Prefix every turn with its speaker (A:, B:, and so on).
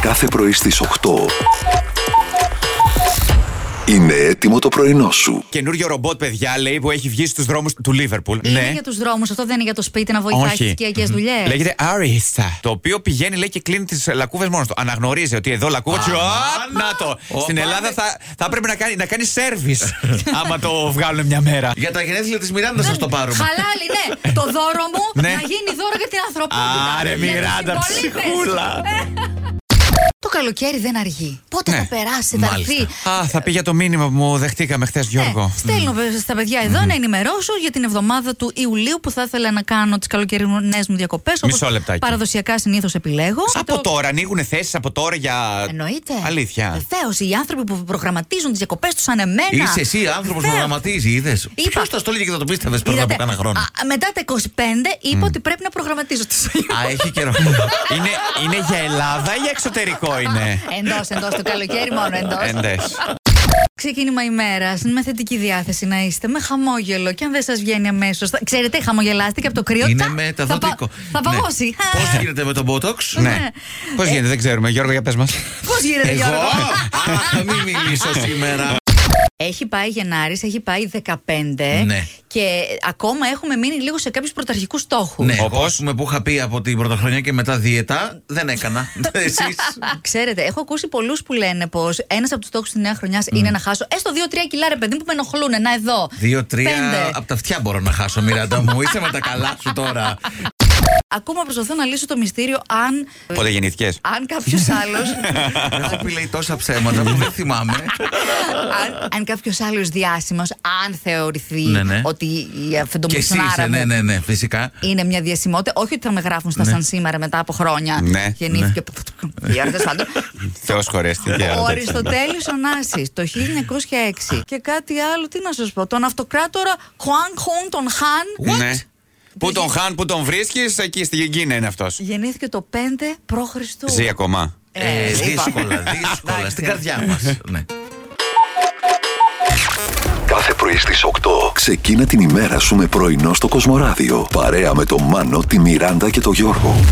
A: κάθε πρωί στις 8. Είναι έτοιμο το πρωινό σου.
B: Καινούριο ρομπότ, παιδιά, λέει, που έχει βγει στους δρόμους του Λίβερπουλ. Ναι.
C: Είναι για τους δρόμους, αυτό δεν είναι για το σπίτι να βοηθάει τις οικιακές δουλειές.
B: Λέγεται Άριστα. Το οποίο πηγαίνει, λέει, και κλείνει τις λακκούβες μόνος του. Αναγνωρίζει ότι εδώ λακκούβα. τσιου, απ, Να το. Στην Ελλάδα θα, θα πρέπει να κάνει, να κάνει service. άμα το βγάλουν μια μέρα.
D: Για τα γενέθλια της Μιράντας θα το πάρουμε.
C: Χαλάλι, ναι. το δώρο μου
B: Ναι.
C: να γίνει δώρο για την ανθρωπότητα.
B: Άρε,
C: Για τους
B: Μιράντα,
C: συμπολίτες.
B: ψυχούλα.
C: Το καλοκαίρι δεν αργεί. Πότε
B: Ναι.
C: θα περάσει, θα
D: Μάλιστα.
C: έρθει.
B: Α, θα πει για το μήνυμα που μου δεχτήκαμε χθες, Γιώργο.
C: Ναι, στέλνω βέβαια στα παιδιά εδώ να ενημερώσω για την εβδομάδα του Ιουλίου που θα ήθελα να κάνω τις καλοκαιρινές μου διακοπές.
B: Μισό λεπτάκι.
C: Παραδοσιακά συνήθως επιλέγω.
B: Από
C: Το-
B: τώρα ανοίγουν θέσεις από τώρα για.
C: Εννοείται.
B: Αλήθεια.
C: Βεβαίως, οι άνθρωποι που προγραμματίζουν τις διακοπές τους σαν εμένα.
D: Είσαι εσύ άνθρωπος που
C: Βεβαίως.
D: γραμματίζει, είδε.
C: Ναι. Είπα.
D: Ποιος θα στο έλεγε και θα το πίστευες πριν από
C: Είδατε,
D: κάνα χρόνο.
C: α, μετά τα 25 είπα ότι πρέπει να προγραμματίζω τι
D: Α, έχει καιρό.
B: είναι, είναι για Ελλάδα ή για εξωτερικό είναι.
C: Εντός, εντός, το καλοκαίρι μόνο εντός.
B: Εντές.
C: Ξεκίνημα ημέρας. Με θετική διάθεση να είστε, με χαμόγελο. Και αν δεν σας βγαίνει αμέσως. Ξέρετε, χαμογελάστηκε από το κρύο.
D: Είναι
C: τσα, θα, πα-
D: μεταδοτικό.
C: θα παγώσει. Ναι.
D: Πώ γίνεται με τον Botox.
B: Ναι. Πώς γίνεται, δεν ξέρουμε. Γιώργο, για πες μας.
C: Πώς γίνεται,
D: Εγώ.
C: Γιώργο.
D: Αχ, μην μιλήσω σήμερα.
C: Έχει πάει Γενάρης, έχει πάει 15.
D: Ναι.
C: Και ακόμα έχουμε μείνει λίγο σε κάποιους πρωταρχικούς στόχους.
D: Ναι, εγώ
B: Όπως?
D: ας πούμε, που είχα πει από την πρωτοχρονιά και μετά δίαιτα, δεν έκανα. Εσείς.
C: Ξέρετε, έχω ακούσει πολλούς που λένε πως ένας από τους στόχους της νέας χρονιάς
D: Mm.
C: είναι να χάσω έστω 2-3 κιλά, ρε παιδί μου, που με ενοχλούν. Να εδώ.
D: Δύο-τρία
C: Πέντε.
D: από τα αυτιά μπορώ να χάσω, Μιράντα μου. Είσαι με τα καλά σου τώρα.
C: Ακόμα προσπαθώ να λύσω το μυστήριο αν,
B: Πότε γεννήθηκες.
C: αν κάποιος άλλος.
D: Έχω πει λέει τόσα ψέματα που δεν θυμάμαι.
C: αν, αν κάποιος άλλος διάσημος, αν θεωρηθεί
D: Ναι, ναι.
C: ότι η
D: Και εσύ είσαι,
C: αφεντομουσάρα
D: ναι, ναι, ναι, φυσικά.
C: είναι μια διασημότητα, όχι ότι θα με γράφουν στα σαν σήμερα μετά από χρόνια.
B: Ναι,
C: Γεννήθηκε. Η ώρα, τέλος πάντων.
B: Θεός χωρέστηκε.
C: Ο Αριστοτέλη Ωνάση το 1906. Και κάτι άλλο, τι να σας πω. Τον αυτοκράτορα Χουάν Χουν τον Χαν.
B: Ναι. Πού τον χάν, πού τον βρίσκεις, εκεί στην Κίνα είναι αυτός.
C: Γεννήθηκε το 5 π.Χ.
B: Ζει ακόμα.
D: Ε, δύσκολα, δύσκολα.
C: Εντάξει.
D: Στην καρδιά μας. Ναι.
A: Κάθε πρωί στις 8. Ξεκίνα την ημέρα σου με πρωινό στο Κοσμοράδιο. Παρέα με τον Μάνο, τη Μιράντα και τον Γιώργο.